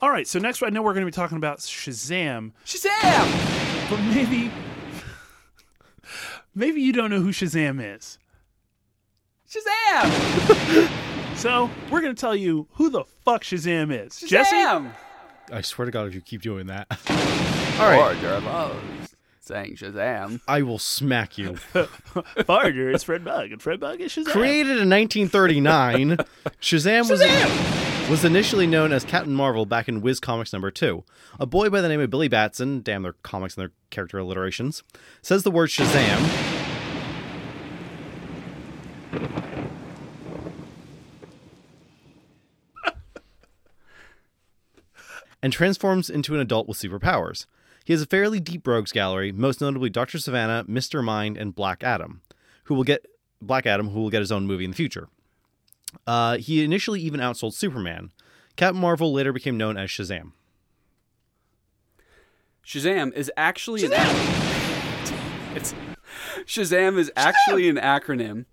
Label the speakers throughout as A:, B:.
A: All right, so next I know we're going to be talking about Shazam,
B: Shazam!
A: but maybe maybe you don't know who Shazam is.
B: Shazam!
A: So, we're going to tell you who the fuck Shazam is. Jesse,
B: Shazam!
C: I swear to God, if you keep doing that,
B: All right. Or loves saying Shazam.
C: I will smack you.
A: Farger is Fred Bug, and Fred Bug is Shazam.
C: Created in 1939, Shazam was was initially known as Captain Marvel back in Wiz Comics number 2. A boy by the name of Billy Batson, damn their comics and their character alliterations, says the word Shazam. and transforms into an adult with superpowers. He has a fairly deep rogues gallery, most notably Dr. Savannah, Mr. Mind, and Black Adam, who will get Black Adam who will get his own movie in the future. Uh, he initially even outsold Superman. Captain Marvel later became known as Shazam.
B: Shazam is actually an ac- it's, Shazam is actually an acronym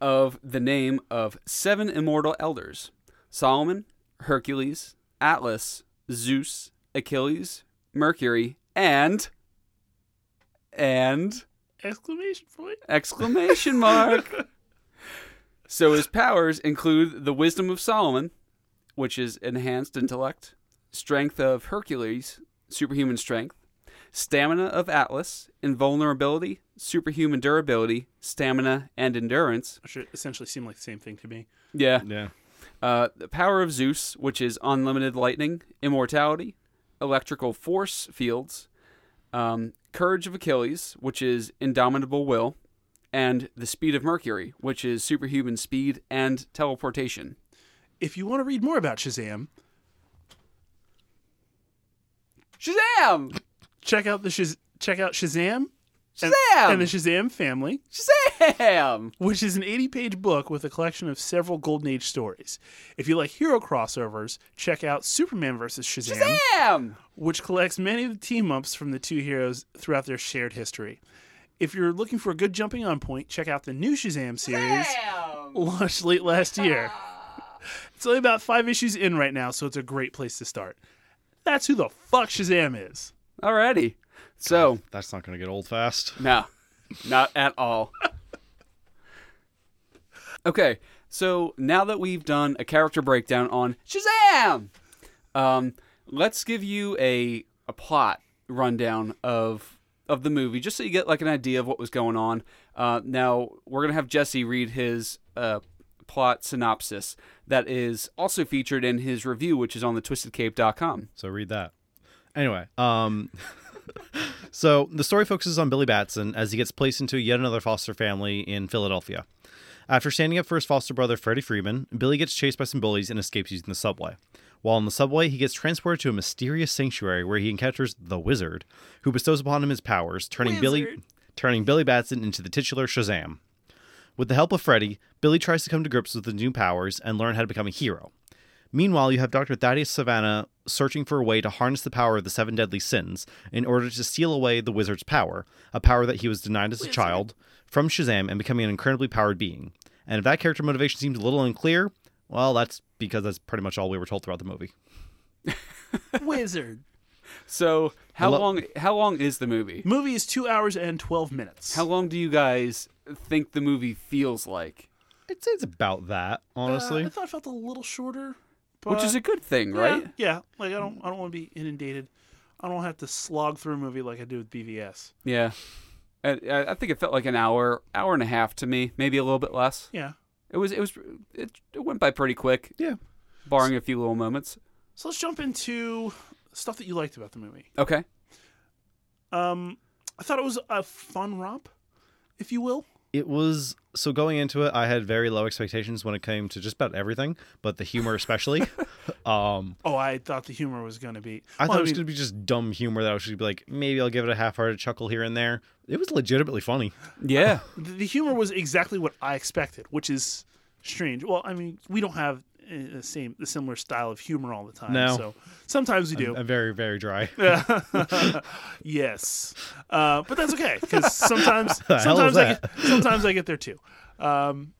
B: of the name of seven immortal elders: Solomon, Hercules, Atlas, Zeus, Achilles, Mercury, and and
A: Exclamation point.
B: exclamation mark. so his powers include the wisdom of Solomon, which is enhanced intellect, strength of Hercules, superhuman strength, stamina of Atlas, invulnerability, superhuman durability, stamina and endurance.
A: Which essentially seem like the same thing to me.
B: Yeah.
C: Yeah.
B: Uh, the power of Zeus, which is unlimited lightning, immortality, electrical force fields, um, courage of Achilles, which is indomitable will, and the speed of Mercury, which is superhuman speed and teleportation.
A: If you want to read more about Shazam,
B: Shazam!
A: check out the Shaz- check out Shazam
B: Shazam!
A: and the Shazam family.
B: Shazam!
A: which is an 80 page book with a collection of several Golden Age stories. If you like hero crossovers, check out Superman vs. Shazam,
B: Shazam!
A: which collects many of the team ups from the two heroes throughout their shared history. If you're looking for a good jumping on point, check out the new Shazam series launched late last year. It's only about five issues in right now, so it's a great place to start. That's who the fuck Shazam is.
B: Alrighty. So,
C: That's not going to get old fast.
B: no, not at all. Okay, so now that we've done a character breakdown on Shazam, um, let's give you a a plot rundown of of the movie, just so you get like an idea of what was going on. Uh, now we're gonna have Jesse read his uh, plot synopsis that is also featured in his review, which is on the twistedcape.com.
C: So read that. Anyway, um so the story focuses on Billy Batson as he gets placed into yet another foster family in Philadelphia. After standing up for his foster brother Freddie Freeman, Billy gets chased by some bullies and escapes using the subway. While on the subway, he gets transported to a mysterious sanctuary where he encounters the Wizard, who bestows upon him his powers, turning Billy turning Billy Batson into the titular Shazam. With the help of Freddy, Billy tries to come to grips with the new powers and learn how to become a hero. Meanwhile, you have Dr. Thaddeus Savannah searching for a way to harness the power of the seven deadly sins in order to steal away the wizard's power, a power that he was denied as a child, from Shazam and becoming an incredibly powered being. And if that character motivation seems a little unclear, well, that's because that's pretty much all we were told throughout the movie.
A: Wizard.
B: So, how
C: Hello-
B: long how long is the movie?
A: Movie is two hours and 12 minutes.
B: How long do you guys think the movie feels like?
C: I'd say it's about that, honestly.
A: Uh, I thought it felt a little shorter.
B: Which is
A: but-
B: a good thing,
A: Yeah,
B: right?
A: Yeah, like I don't, I don't want to be inundated. I don't have to slog through a movie like I do with BVS.
B: Yeah. I- I, I think it felt like an hour, hour and a half to me, maybe a little bit less.
A: Yeah.
B: It was, it was, it, it went by pretty quick,
C: yeah.
B: barring a few little moments.
A: So let's jump into stuff that you liked about the movie.
B: Okay.
A: Um, I thought it was a fun romp, if you will.
C: It was so going into it, I had very low expectations when it came to just about everything, but the humor especially. um
A: Oh, I thought the humor was going to be.
C: I
A: Well,
C: thought it was
A: mean,
C: going to be just dumb humor that I was just gonna be like, maybe I'll give it a half-hearted chuckle here and there. It was legitimately funny.
B: Yeah.
A: the- the humor was exactly what I expected, which is strange. Well, I mean, we don't have uh, the same, the similar style of humor all the time.
C: No.
A: So sometimes we do.
C: I'm Uh, very, very dry.
A: yes, uh, but that's okay because sometimes
C: The hell was
A: sometimes I get, sometimes I get there too. Um,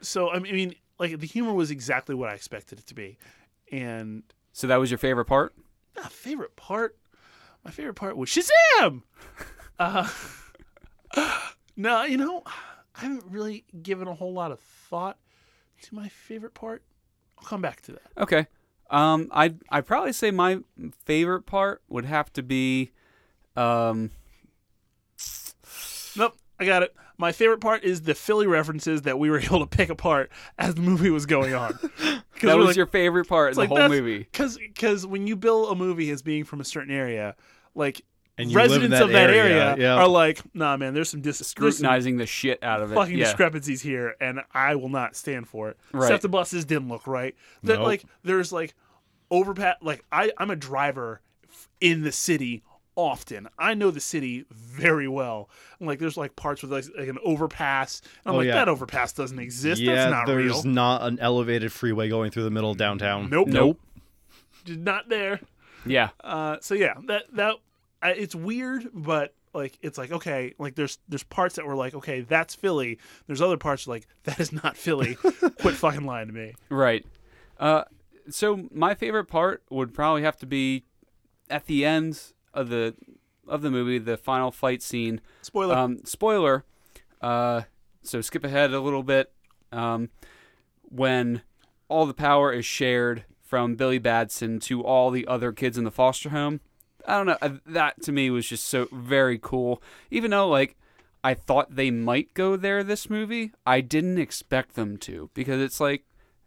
A: so I mean, like the humor was exactly what I expected it to be, and
B: So that was your favorite part?
A: My favorite part. My favorite part was Shazam. uh, no, you know, I haven't really given a whole lot of thought to my favorite part. I'll come back to that.
B: Okay. Um, I I probably say my favorite part would have to be, um,
A: Nope, I got it. My favorite part is the Philly references that we were able to pick apart as the movie was going on. 'Cause
B: that
A: we're
B: was
A: like,
B: your favorite part in the whole movie.
A: Because when you bill a movie as being from a certain area, like
C: And you live in
A: residents
C: that
A: of that
C: area,
A: area,
C: yeah.
A: are like, nah, man, there's some, dis- there's some
B: Scrutinizing the shit out of it.
A: fucking
B: yeah.
A: discrepancies here, and I will not stand for it.
B: Right.
A: Except the buses didn't look right. That
C: Nope.
A: like there's like overpass. Like I I'm a driver f- in the city often. I know the city very well. And like there's like parts with like, like an overpass. And I'm
C: Oh,
A: like
C: yeah.
A: that overpass doesn't exist.
C: yeah,
A: That's not
C: there's
A: real.
C: not an elevated freeway going through the middle of downtown.
A: nope.
B: Nope.
A: Just not there.
B: Yeah.
A: Uh, so yeah, that that I, it's weird, but like it's like okay, like there's there's parts that were like okay, that's Philly. There's other parts like that is not Philly. Quit fucking lying to me.
B: Right. Uh, so my favorite part would probably have to be at the end of the of the movie, the final fight scene.
A: Spoiler.
B: Um, spoiler. Uh, so skip ahead a little bit. Um, when all the power is shared from Billy Batson to all the other kids in the foster home. I don't know. uh, That to me was just so very cool. Even though like I thought they might go there this movie, I didn't expect them to because it's like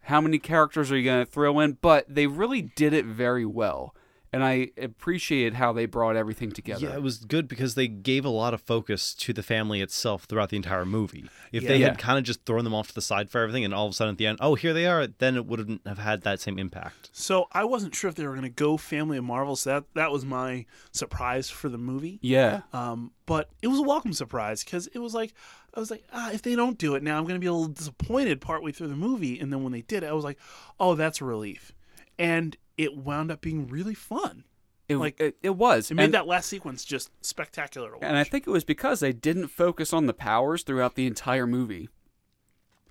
B: how many characters are you going to throw in? But they really did it very well. And I appreciated how they brought everything together.
C: Yeah, it was good because they gave a lot of focus to the family itself throughout the entire movie. If they
A: Yeah.
C: had kind of just thrown them off to the side for everything and all of a sudden at the end, oh, here they are, then it wouldn't have had that same impact.
A: so I wasn't sure if they were gonna go Family of Marvel. So that that was my surprise for the movie.
B: Yeah.
A: Um, but it was a welcome surprise because it was like I was like, ah, if they don't do it now, I'm gonna be a little disappointed partway through the movie. And then when they did, it, I was like, oh, that's a relief. And it wound up being really fun.
B: It,
A: Like-
B: it, it was.
A: It made
B: and,
A: that last sequence just spectacular to watch.
B: and I think it was because they didn't focus on the powers throughout the entire movie.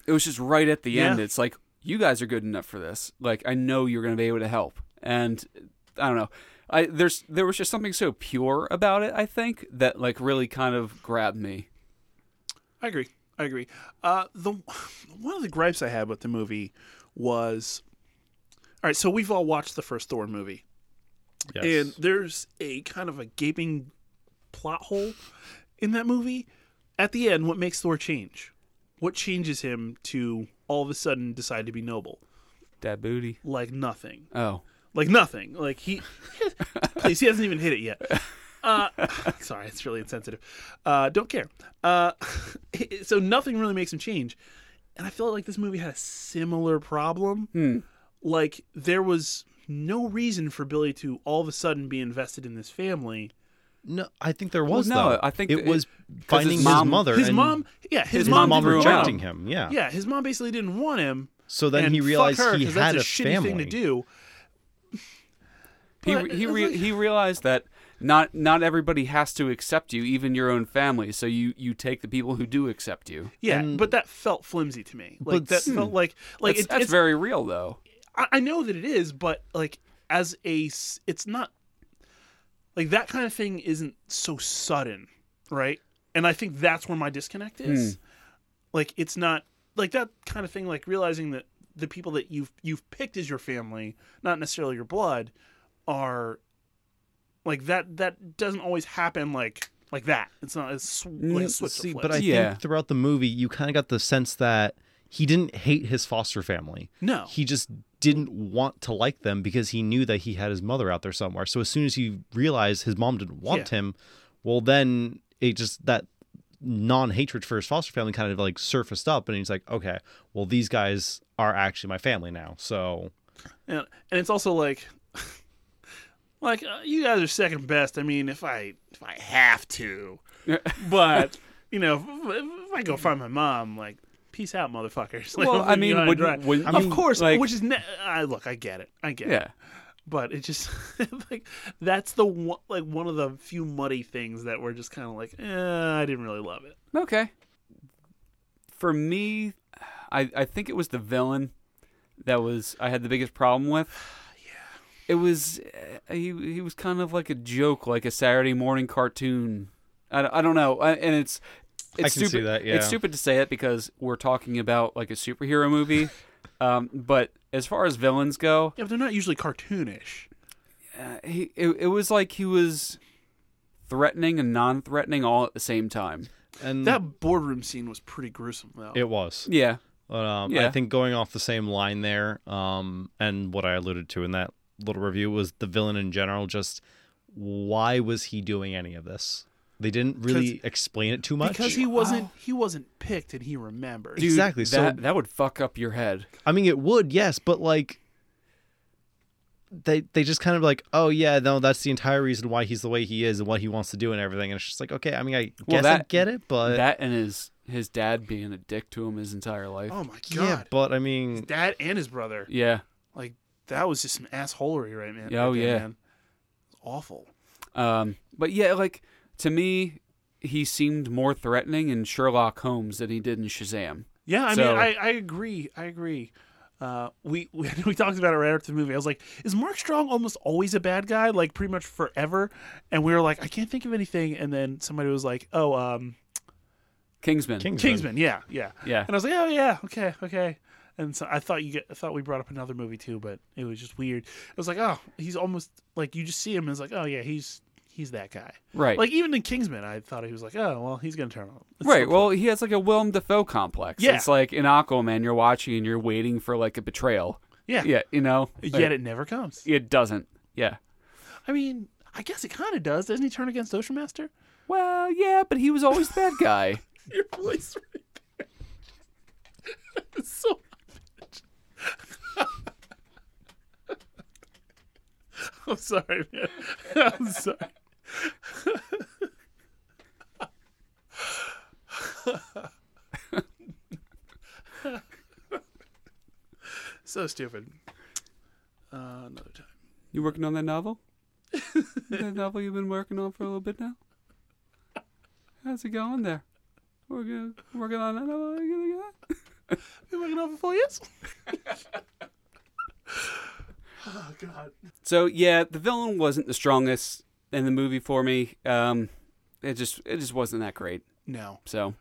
B: It was just right at the
A: Yeah.
B: end. It's like, you guys are good enough for this. Like, I know you're going to be able to help. And I don't know. I, there's there was just something so pure about it, I think, that like really kind of grabbed me.
A: I agree. I agree. Uh, the one of the gripes I had with the movie was, all right. So we've all watched the first Thor movie,
C: Yes.
A: and there's a kind of a gaping plot hole in that movie. At the end, what makes Thor change? What changes him to all of a sudden decide to be noble?
B: Dad booty.
A: Like nothing.
B: Oh,
A: Like nothing. Like he, please, he hasn't even hit it yet. Uh, sorry, it's really insensitive. Uh, don't care. Uh, so nothing really makes him change, and I feel like this movie had a similar problem.
B: Hmm.
A: Like there was no reason for Billy to all of a sudden be invested in this family.
C: No, I think there was
B: no,
C: though.
B: I think
C: it
B: it-
C: was
B: 'cause his
C: finding his,
B: mom-
C: mother.
A: His
C: and
A: mom, yeah, his,
B: his
C: his mom,
A: mom, didn't
B: mom threw him out.
A: rejecting
C: rejecting him. Yeah.
A: Yeah, his mom basically didn't want him.
C: So then
A: and
C: he realized
A: fuck her,
C: he
A: 'cause
C: had
A: that's a, shitty
C: family.
A: thing to do.
B: he
A: But
B: re- he
A: it's
B: re-
A: like-
B: he realized that not not everybody has to accept you, even your own family. So you you take the people who do accept you.
A: Yeah,
C: And-
A: but that felt flimsy to me. Like
C: But
A: that
C: hmm.
A: felt like like
B: that's,
A: it-
B: that's
A: it's
B: very real though.
A: I, I know that it is, but like as a, s- it's not like that kind of thing isn't so sudden, right? And I think that's where my disconnect
C: Hmm.
A: is. Like it's not like that kind of thing. Like realizing that the people that you've you've picked as your family, not necessarily your blood, are like that. That doesn't always happen like like that. It's not as sw- like a
B: Mm,
A: switch.
C: See,
A: that
C: but I
A: flips.
B: Yeah.
C: think throughout the movie, you kind of got the sense that he didn't hate his foster family.
A: no.
C: He just didn't want to like them because he knew that he had his mother out there somewhere. So as soon as he realized his mom didn't want him, well, then it just that non hatred for his foster family kind of like surfaced up, and he's like, okay, well, these guys are actually my family now. So
A: And, and it's also like, like uh, you guys are second best. I mean, if I if I have to, but you know, if, if I go find my mom, like, peace out, motherfuckers. Like,
B: Well,
A: leave
B: I
A: me
B: mean,
A: high and
B: wouldn't-
A: dry.
B: wouldn't
A: of
B: you,
A: course,
B: like-
A: which is ne- I look, I get it, I get it.
B: Yeah.
A: But it just like that's the one, like one of the few muddy things that we're just kind of like, eh, I didn't really love it.
B: Okay. For me, I I think it was the villain that was I had the biggest problem with. It was uh, he he was kind of like a joke, like a Saturday morning cartoon. I, don't- I don't know, I, and it's it's
C: I can see
B: stupid.
C: that, yeah.
B: It's stupid to say it because we're talking about like a superhero movie. um, but as far as villains go,
A: Yeah, but they're not usually cartoonish.
B: uh, he it, it was like he was threatening and non-threatening all at the same time. Mm.
C: And
A: That boardroom scene was pretty gruesome, though.
C: it was.
B: Yeah,
C: But, um, I
B: Yeah.
C: think going off the same line there, um, and what I alluded to in that little review was the villain in general. Just why was he doing any of this? They didn't really explain it too much.
A: because he wasn't he wasn't picked and he remembered.
B: Dude,
C: Exactly, so-
B: That that would fuck up your head.
C: I mean, it would, yes, but like, they they just kind of like, oh yeah, no, that's the entire reason why he's the way he is and what he wants to do and everything. And it's just like, okay, I mean, I guess
B: Well,
C: I
B: that-
C: get it,
A: Uh,
C: but
B: that and his his dad being a dick to him his entire life.
A: oh my god.
C: yeah, but I mean,
A: Dad and his brother.
B: Yeah.
A: Like that was just some assholery right man.
B: Yeah, oh,
A: right there,
B: yeah.
A: Man. Awful.
B: Um, but yeah, like to me, he seemed more threatening in Sherlock Holmes than he did in Shazam.
A: Yeah, I
B: So-
A: mean I, I agree. I agree. Uh, we, we we talked about it right after the movie. I was like, "Is Mark Strong almost always a bad guy? Like pretty much forever?" And we were like, "I can't think of anything." And then somebody was like, "Oh, um,
B: Kingsman.
A: Kingsman." Yeah, yeah,
B: Yeah.
A: And I was like, "Oh yeah, okay, okay." And so I thought you get, I thought we brought up another movie too, but it was just weird. I was like, "Oh, he's almost like you just see him and it's like, oh yeah, he's he's that guy."
B: Right.
A: Like even in Kingsman, I thought he was like, "Oh well, he's gonna turn on." him."
B: right. Well, he has like a Willem Dafoe complex.
A: Yeah.
B: It's like in Aquaman, you're watching and you're waiting for like a betrayal.
A: Yeah.
B: Yeah. You know. Like,
A: Yet it never comes.
B: it doesn't. Yeah.
A: I mean, I guess it kind of does. Doesn't he turn against Ocean Master?
B: Well, yeah, but he was always the bad guy.
A: Your voice right there. It's so. I'm sorry, man. I'm sorry. so stupid. Uh, another time.
B: you working on that novel? that novel you've been working on for a little bit now. How's it going there? Working, working on that novel.
A: Been working on for four years. oh God.
B: So yeah, the villain wasn't the strongest in the movie for me. Um, it just it just wasn't that great.
A: No.
B: So,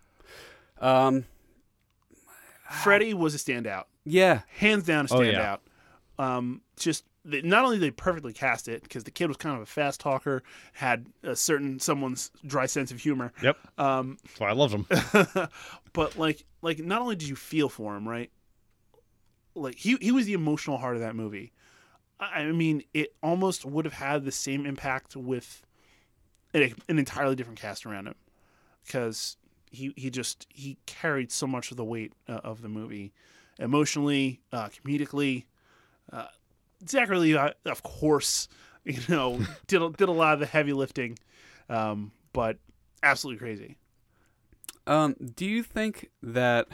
B: um,
A: Freddy was a standout,
B: yeah,
A: hands down a
C: Oh,
A: standout.
C: yeah.
A: Um, just they, not only they perfectly cast it because the kid was kind of a fast talker, had a certain someone's dry sense of humor.
C: Yep,
A: Um,
C: that's why I loved him.
A: but like like not only did you feel for him, right? Like he he was the emotional heart of that movie. I I mean, it almost would have had the same impact with an, an entirely different cast around him because he he just he carried so much of the weight uh, of the movie emotionally, uh, comedically. Uh, Zachary Levi, of course, you know, did a- did a lot of the heavy lifting, um, but absolutely crazy.
B: Um, do you think that?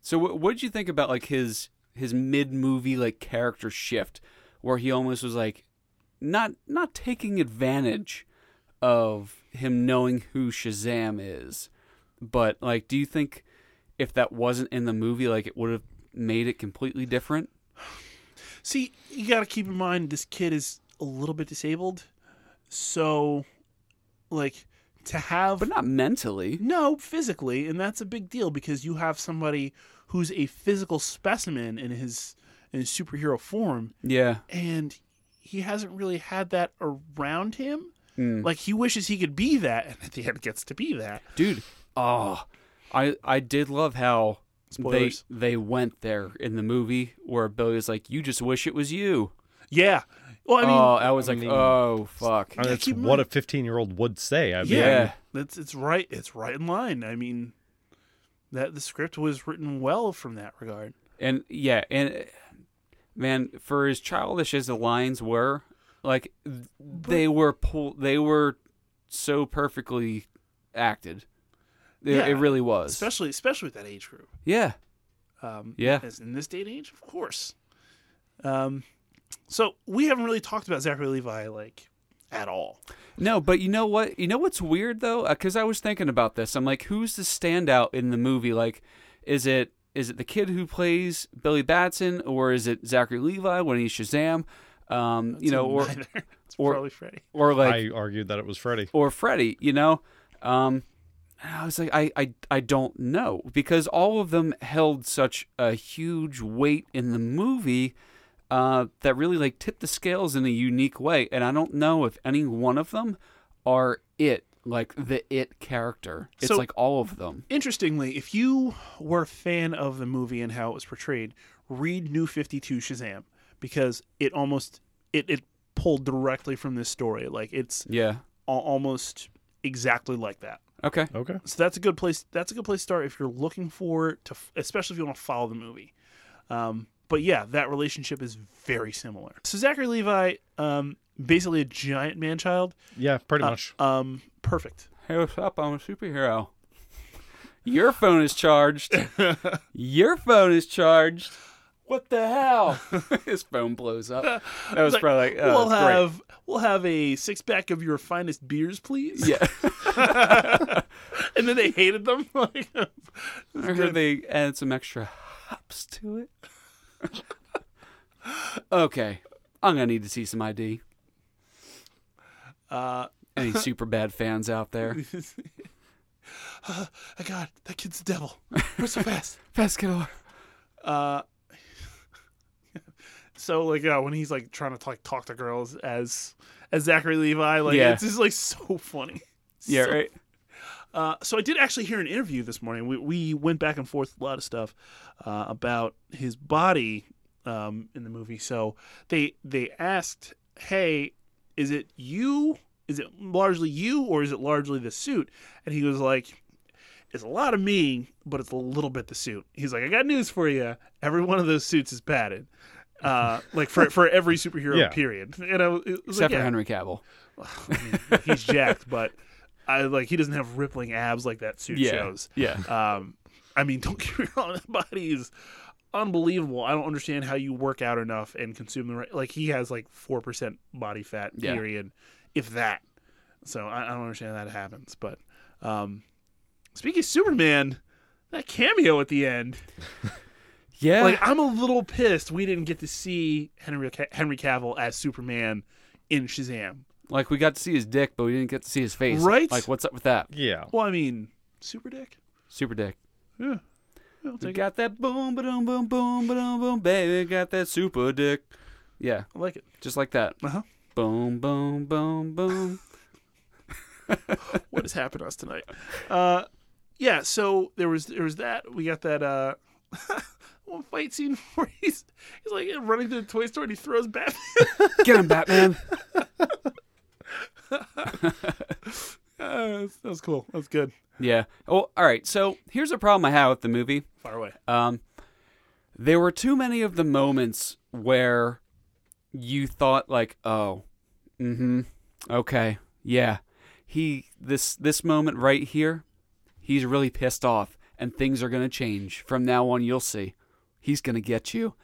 B: So, what what did you think about like his his mid movie like character shift, where he almost was like, not not taking advantage of him knowing who Shazam is, but like, do you think if that wasn't in the movie, like it would have made it completely different?
A: See, you got to keep in mind this kid is a little bit disabled. So, like, to have.
B: But not mentally.
A: no, physically, and that's a big deal because you have somebody who's a physical specimen in his in his superhero form,
B: Yeah.
A: and he hasn't really had that around him.
B: Mm.
A: Like he wishes he could be that, and at the end gets to be that.
B: Dude. Oh, I I did love how
A: Spoilers.
B: they they went there in the movie where Billy was like, "You just wish it was you."
A: Yeah. Well, I mean,
B: oh, I was like,
C: mean-
B: "Oh fuck."
C: I mean, that's
A: keep in
C: what
A: mind-
C: a fifteen-year-old would say. I mean,
A: yeah,
B: Yeah.
A: that's it's right. It's right in line. I mean, that the script was written well from that regard.
B: And yeah, and uh, man, for as childish as the lines were, like th- they were pull, they were so perfectly acted. It,
A: Yeah.
B: it really was.
A: especially especially with that age group.
B: yeah.
A: Um,
B: Yeah.
A: as in this day and age, of course. Um, so we haven't really talked about Zachary Levi like at all.
B: No, but you know what? You know what's Uh, weird though, because I was thinking about this. I'm like, who's the standout in the movie? Like, is it is it the kid who plays Billy Batson or is it Zachary Levi when he's Shazam? Um, you know, or
A: Neither. it's
B: or-
A: probably Freddy.
B: or like
C: I argued that it was Freddy.
B: or Freddy, you know? Um, and I was like, I, I, I don't know because all of them held such a huge weight in the movie uh, that really like tipped the scales in a unique way. And I don't know if any one of them are it, like the it character. It's
A: So-
B: like all of them.
A: Interestingly, if you were a fan of the movie and how it was portrayed, read New 52 Shazam because it almost it it pulled directly from this story. Like it's
B: Yeah.
A: al- almost exactly like that.
B: Okay.
C: Okay.
A: So that's a good place. That's a good place to start if you're looking for to, f- especially if you want to follow the movie. Um, but yeah, that relationship is very similar. So Zachary Levi, um, basically a giant man child.
C: Yeah, pretty much.
A: Um, perfect.
B: Hey, what's up? I'm a superhero. Your phone is charged. Your phone is charged. What the hell? His phone blows up. That was
A: Like,
B: probably like, oh,
A: we'll
B: that's great.
A: have we'll have a six pack of your finest beers, please.
B: Yeah,
A: and then they hated them. Like,
B: I heard they added some extra hops to it. okay, I'm gonna need to see some ID.
A: uh,
B: Any super bad fans out there?
A: oh God, that kid's the devil. We're so fast.
B: Fast get over.
A: Uh, so like yeah, when he's like trying to like talk to girls as as Zachary Levi, like
B: Yeah.
A: it's just like so funny.
B: Yeah,
A: So-
B: right.
A: Uh, so I did actually hear an interview this morning. We we went back and forth a lot of stuff uh, about his body um, in the movie. So they they asked, "Hey, is it you? Is it largely you, or is it largely the suit?" And he was like, "It's a lot of me, but it's a little bit the suit." He's like, "I got news for you. Every one of those suits is padded." Uh, like for for every superhero
C: Yeah.
A: period, and I was it was like,
B: Except for
A: yeah,
B: Henry Cavill.
A: I mean, he's jacked, but I like he doesn't have rippling abs like that suit
B: Yeah,
A: shows.
B: yeah.
A: Um, I mean, don't get me wrong, that body is unbelievable. I don't understand how you work out enough and consume the right. Like he has like four percent body fat.
B: Yeah.
A: Period, if that. So I, I don't understand how that happens. But um, speaking of Superman, that cameo at the end.
B: Yeah,
A: Like I'm a little pissed we didn't get to see Henry Ca- Henry Cavill as Superman in Shazam.
B: like we got to see his dick, but we didn't get to see his face.
A: Right?
B: Like, what's up with that?
C: yeah.
A: Well, I mean, Super Dick.
B: Super dick.
A: Yeah. I'll
B: You
A: take it.
B: got that boom, boom, boom, boom, boom, boom, baby. Got that super dick. Yeah,
A: I like it.
B: just like that.
A: Uh-huh.
B: Boom, boom, boom, boom.
A: What has happened to us tonight? Uh, yeah, so there was there was that. We got that uh, one fight scene where he's he's like running to the toy store and he throws Batman.
B: Get him, Batman.
A: Uh, that was cool. That was good.
B: Yeah. Well, all right. So here's a problem I have with the movie.
A: Far away.
B: Um, there were too many of the moments where you thought like, oh, mm-hmm, okay, yeah, he this this moment right here, he's really pissed off, and things are gonna change from now on. You'll see, he's gonna get you,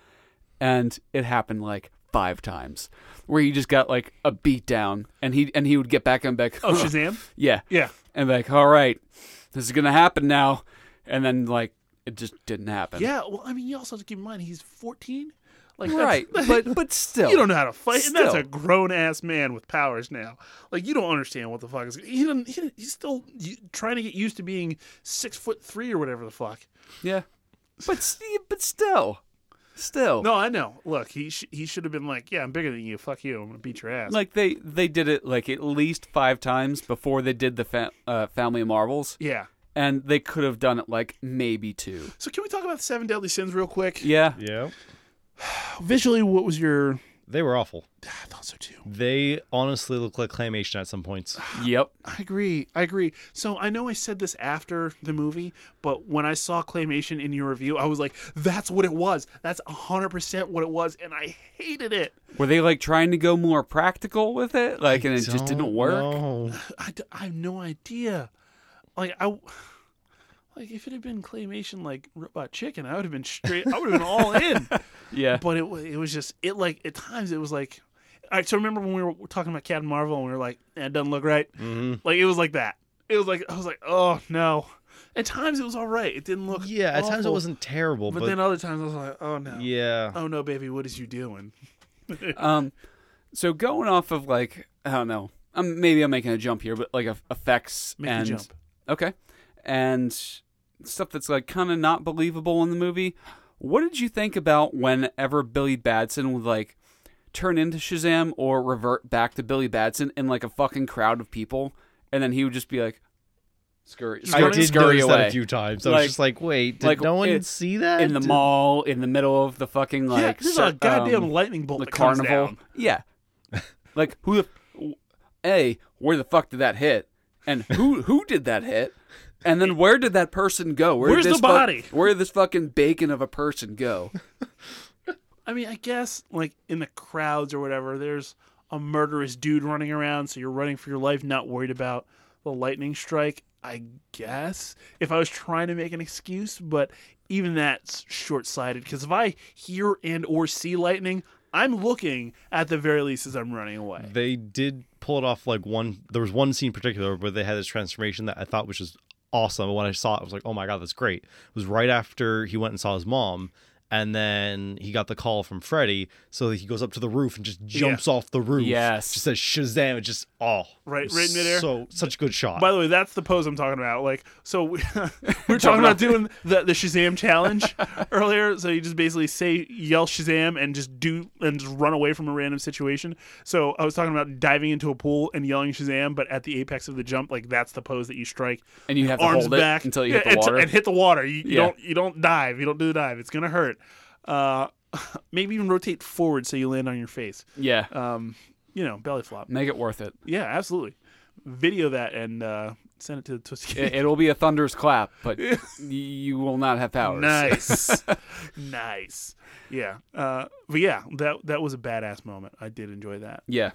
B: and it happened like five times where he just got like a beat down, and he and he would get back and back.
A: Oh, Shazam.
B: yeah,
A: Yeah.
B: and be like, all right, this is gonna happen now, and then like it just didn't happen.
A: Yeah. Well, I mean, you also have to keep in mind he's 14. Like that's-
B: right. but but still,
A: You don't know how to fight, and that's
B: Still.
A: a grown ass man with powers now. Like you don't understand what the fuck is. He doesn't. He, doesn't- he's still you, trying to get used to being six foot three or whatever the fuck.
B: Yeah, but s- but still, still,
A: No, I know. Look, he sh- he should have been like, "Yeah, I'm bigger than you. Fuck you. I'm gonna beat your ass."
B: like they they did it like at least five times before they did the fa- uh, Family of Marvels,
A: yeah.
B: and they could have done it like maybe two.
A: So can we talk about the seven deadly sins real quick?
B: Yeah,
C: Yeah.
A: Visually, what was your?
C: They were awful.
A: I thought so too.
C: They honestly look like claymation at some points.
B: yep,
A: I agree. I agree. So I know I said this after the movie, but when I saw claymation in your review, I was like, "That's what it was. That's hundred percent what it was," and I hated it.
B: were they like trying to go more practical with it, like, and it just didn't
C: Don't
B: work?
C: know.
A: I, d- I have no idea. Like I, like if it had been claymation like Robot Chicken, I would have been straight. I would have been all in.
B: Yeah,
A: But it wa- it was just it like at times it was like. All right, so remember when we were talking about Captain Marvel and we were like, "That doesn't look right." Like it was like that. It was like I was like, "Oh no." At times it was all right. It didn't look
C: Yeah, at times it
A: awful,
C: wasn't terrible,
A: But,
C: but,
A: then
B: uh,
A: other times I was like, oh no,
C: yeah,
A: oh no, baby, what is you doing?
B: Um, so going off of like I don't know, um, maybe I'm making a jump here, but like eff- effects
A: Make
B: and
A: a jump.
B: okay, and stuff that's like kind of not believable in the movie. What did you think about whenever Billy Batson would like turn into Shazam or revert back to Billy Batson in like a fucking crowd of people, and then he would just be like scurry,
A: I
B: scurry,
A: did
B: scurry
C: notice
B: away
C: that a few times. I
B: Like-
C: was just like, wait, did
B: like,
C: no one
B: it-
C: see that
B: in the
C: Did-
B: mall in the middle of the fucking like
A: yeah, there's
B: cir-
A: a goddamn
B: um,
A: lightning bolt
B: the
A: that comes
B: carnival.
A: down.
B: Yeah. like who the w- A, where the fuck did that hit? And who who did that hit? And then where did that person go? Where did
A: Where's the
B: this fuck-
A: body?
B: where did this fucking bacon of a person go?
A: I mean, I guess like in the crowds or whatever, there's a murderous dude running around, so you're running for your life, not worried about the lightning strike. I guess if I was trying to make an excuse, but even that's short-sighted because if I hear and or see lightning, I'm looking at the very least as I'm running away.
C: They did pull it off. Like one, there was one scene in particular where they had this transformation that I thought was just awesome. And when I saw it, I was like, oh my god, that's great. It was right after he went and saw his mom. And then he got the call from Freddy, so he goes up to the roof and just jumps off the roof.
B: Yes.
C: just says Shazam! It just oh,
A: Right-
C: it was
A: right in midair.
C: So such a good shot.
A: By the way, that's the pose I'm talking about. Like, so we, we were talking about doing the, the Shazam challenge earlier. So you just basically say, yell Shazam and just do, and just run away from a random situation. So I was talking about diving into a pool and yelling Shazam, but at the apex of the jump, like that's the pose that you strike.
B: And you have to
A: Arms
B: hold
A: back
B: it until you
A: Yeah,
B: hit the
A: it's-
B: water.
A: And hit the water. You, you
B: Yeah.
A: don't, you don't dive. You don't do the dive. It's going to hurt. Uh, maybe even rotate forward so you land on your face.
B: yeah.
A: Um, you know, belly flop.
B: Make it worth it.
A: Yeah, absolutely. Video that and uh, send it to the Twisted Kid.
B: it. It'll be a thunderous clap, but y- you will not have powers.
A: Nice, nice. Yeah, uh, but yeah, that that was a badass moment. I did enjoy that.
B: Yeah.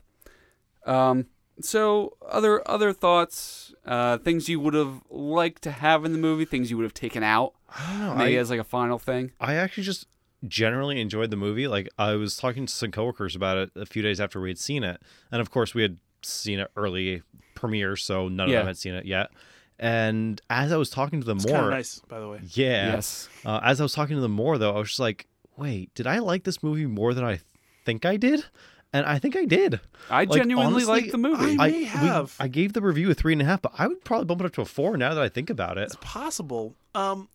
B: Um. So other other thoughts, uh, things you would have liked to have in the movie, things you would have taken out,
C: I don't know, I-
B: maybe as like a final thing.
C: I actually just generally enjoyed the movie. Like I was talking to some coworkers about it a few days after we had seen it, and of course we had seen it early premiere, so none of
B: Yeah.
C: them had seen it yet. And as I was talking to them
A: It's kind
C: more,
A: of nice, by the way.
C: yeah,
B: Yes.
C: uh, as I was talking to them more though, I was just like, wait, did I like this movie more than I think I did? And I think I did.
B: I
C: Like,
B: genuinely
C: honestly,
B: like the movie.
A: I- may have.
C: I gave the review a three and a half, but I would probably bump it up to a four now that I think about it.
A: It's possible. Um,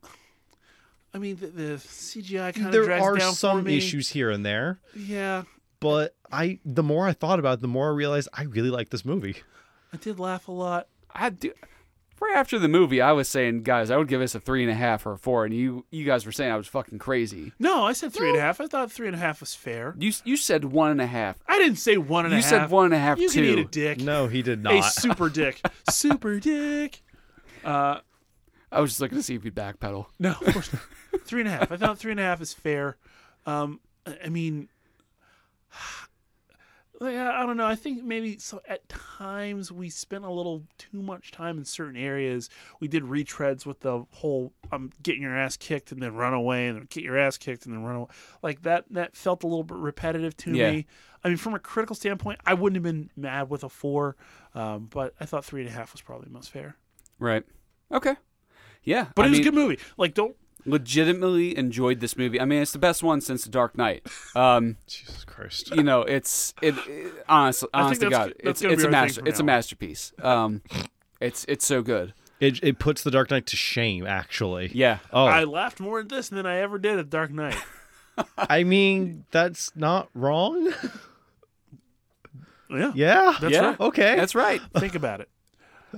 A: I mean, the, the CGI kind of
C: There
A: drags
C: are
A: down for
C: some
A: me.
C: issues here and there.
A: Yeah,
C: but I the more I thought about it, the more I realized I really like this movie.
A: I did laugh a lot.
B: I do. Right after the movie, I was saying, guys, I would give this a three and a half or a four, and you you guys were saying I was fucking crazy.
A: No, I said three and a half. I thought three and a half was fair.
B: You you said one and a half.
A: I didn't say one and a
B: You
A: half.
B: said one and a half
A: You
B: too.
A: can eat a dick.
C: No, he did
A: a
C: not.
A: super dick. super dick. Uh,
B: I was just looking to see if you'd backpedal.
A: No, of course not. three and a half. I thought three and a half is fair. Um, I I mean, like, I I don't know. I think maybe so. At times we spent a little too much time in certain areas. We did retreads with the whole "I'm getting your ass kicked" and then run away, and then get your ass kicked and then run away. Like that. That felt a little bit repetitive to
B: Yeah.
A: me. I mean, from a critical standpoint, I wouldn't have been mad with a four, um, but I thought three and a half was probably most fair.
B: Right. Okay. Yeah.
A: But
B: I
A: it was
B: mean,
A: a good movie. Like, don't
B: legitimately enjoyed this movie. I mean, it's the best one since The Dark Knight. Um,
C: Jesus Christ.
B: you know, it's it, it honestly,
A: I
B: honest
A: think
B: to
A: that's-
B: God,
A: that's
B: it's
A: gonna
B: it's
A: be
B: a
A: our thing
B: master,
A: from
B: it's
A: now
B: a
A: on.
B: masterpiece. Um, it's it's so good.
C: It it puts the Dark Knight to shame, actually.
B: Yeah.
C: Oh,
A: I
C: I,
A: laughed more at this than I ever did at Dark Knight.
C: mean that's not wrong.
A: Yeah.
C: yeah.
A: That's
B: yeah.
A: right.
C: Okay.
B: That's right.
A: Think about it.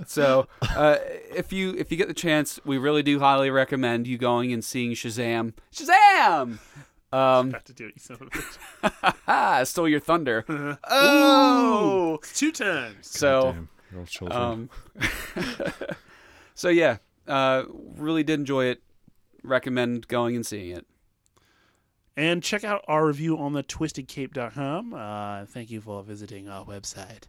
B: So, uh, if you if you get the chance, we really do highly recommend you going and seeing Shazam. Shazam! Um,
A: Got to do it, you son of a bitch.
B: I stole your thunder. Oh,
A: Two times.
B: so
C: Damn, little children.
B: um, so yeah, uh, really did enjoy it. Recommend going and seeing it.
A: And check out our review on the twistedcape.com. Uh, thank you for visiting our website.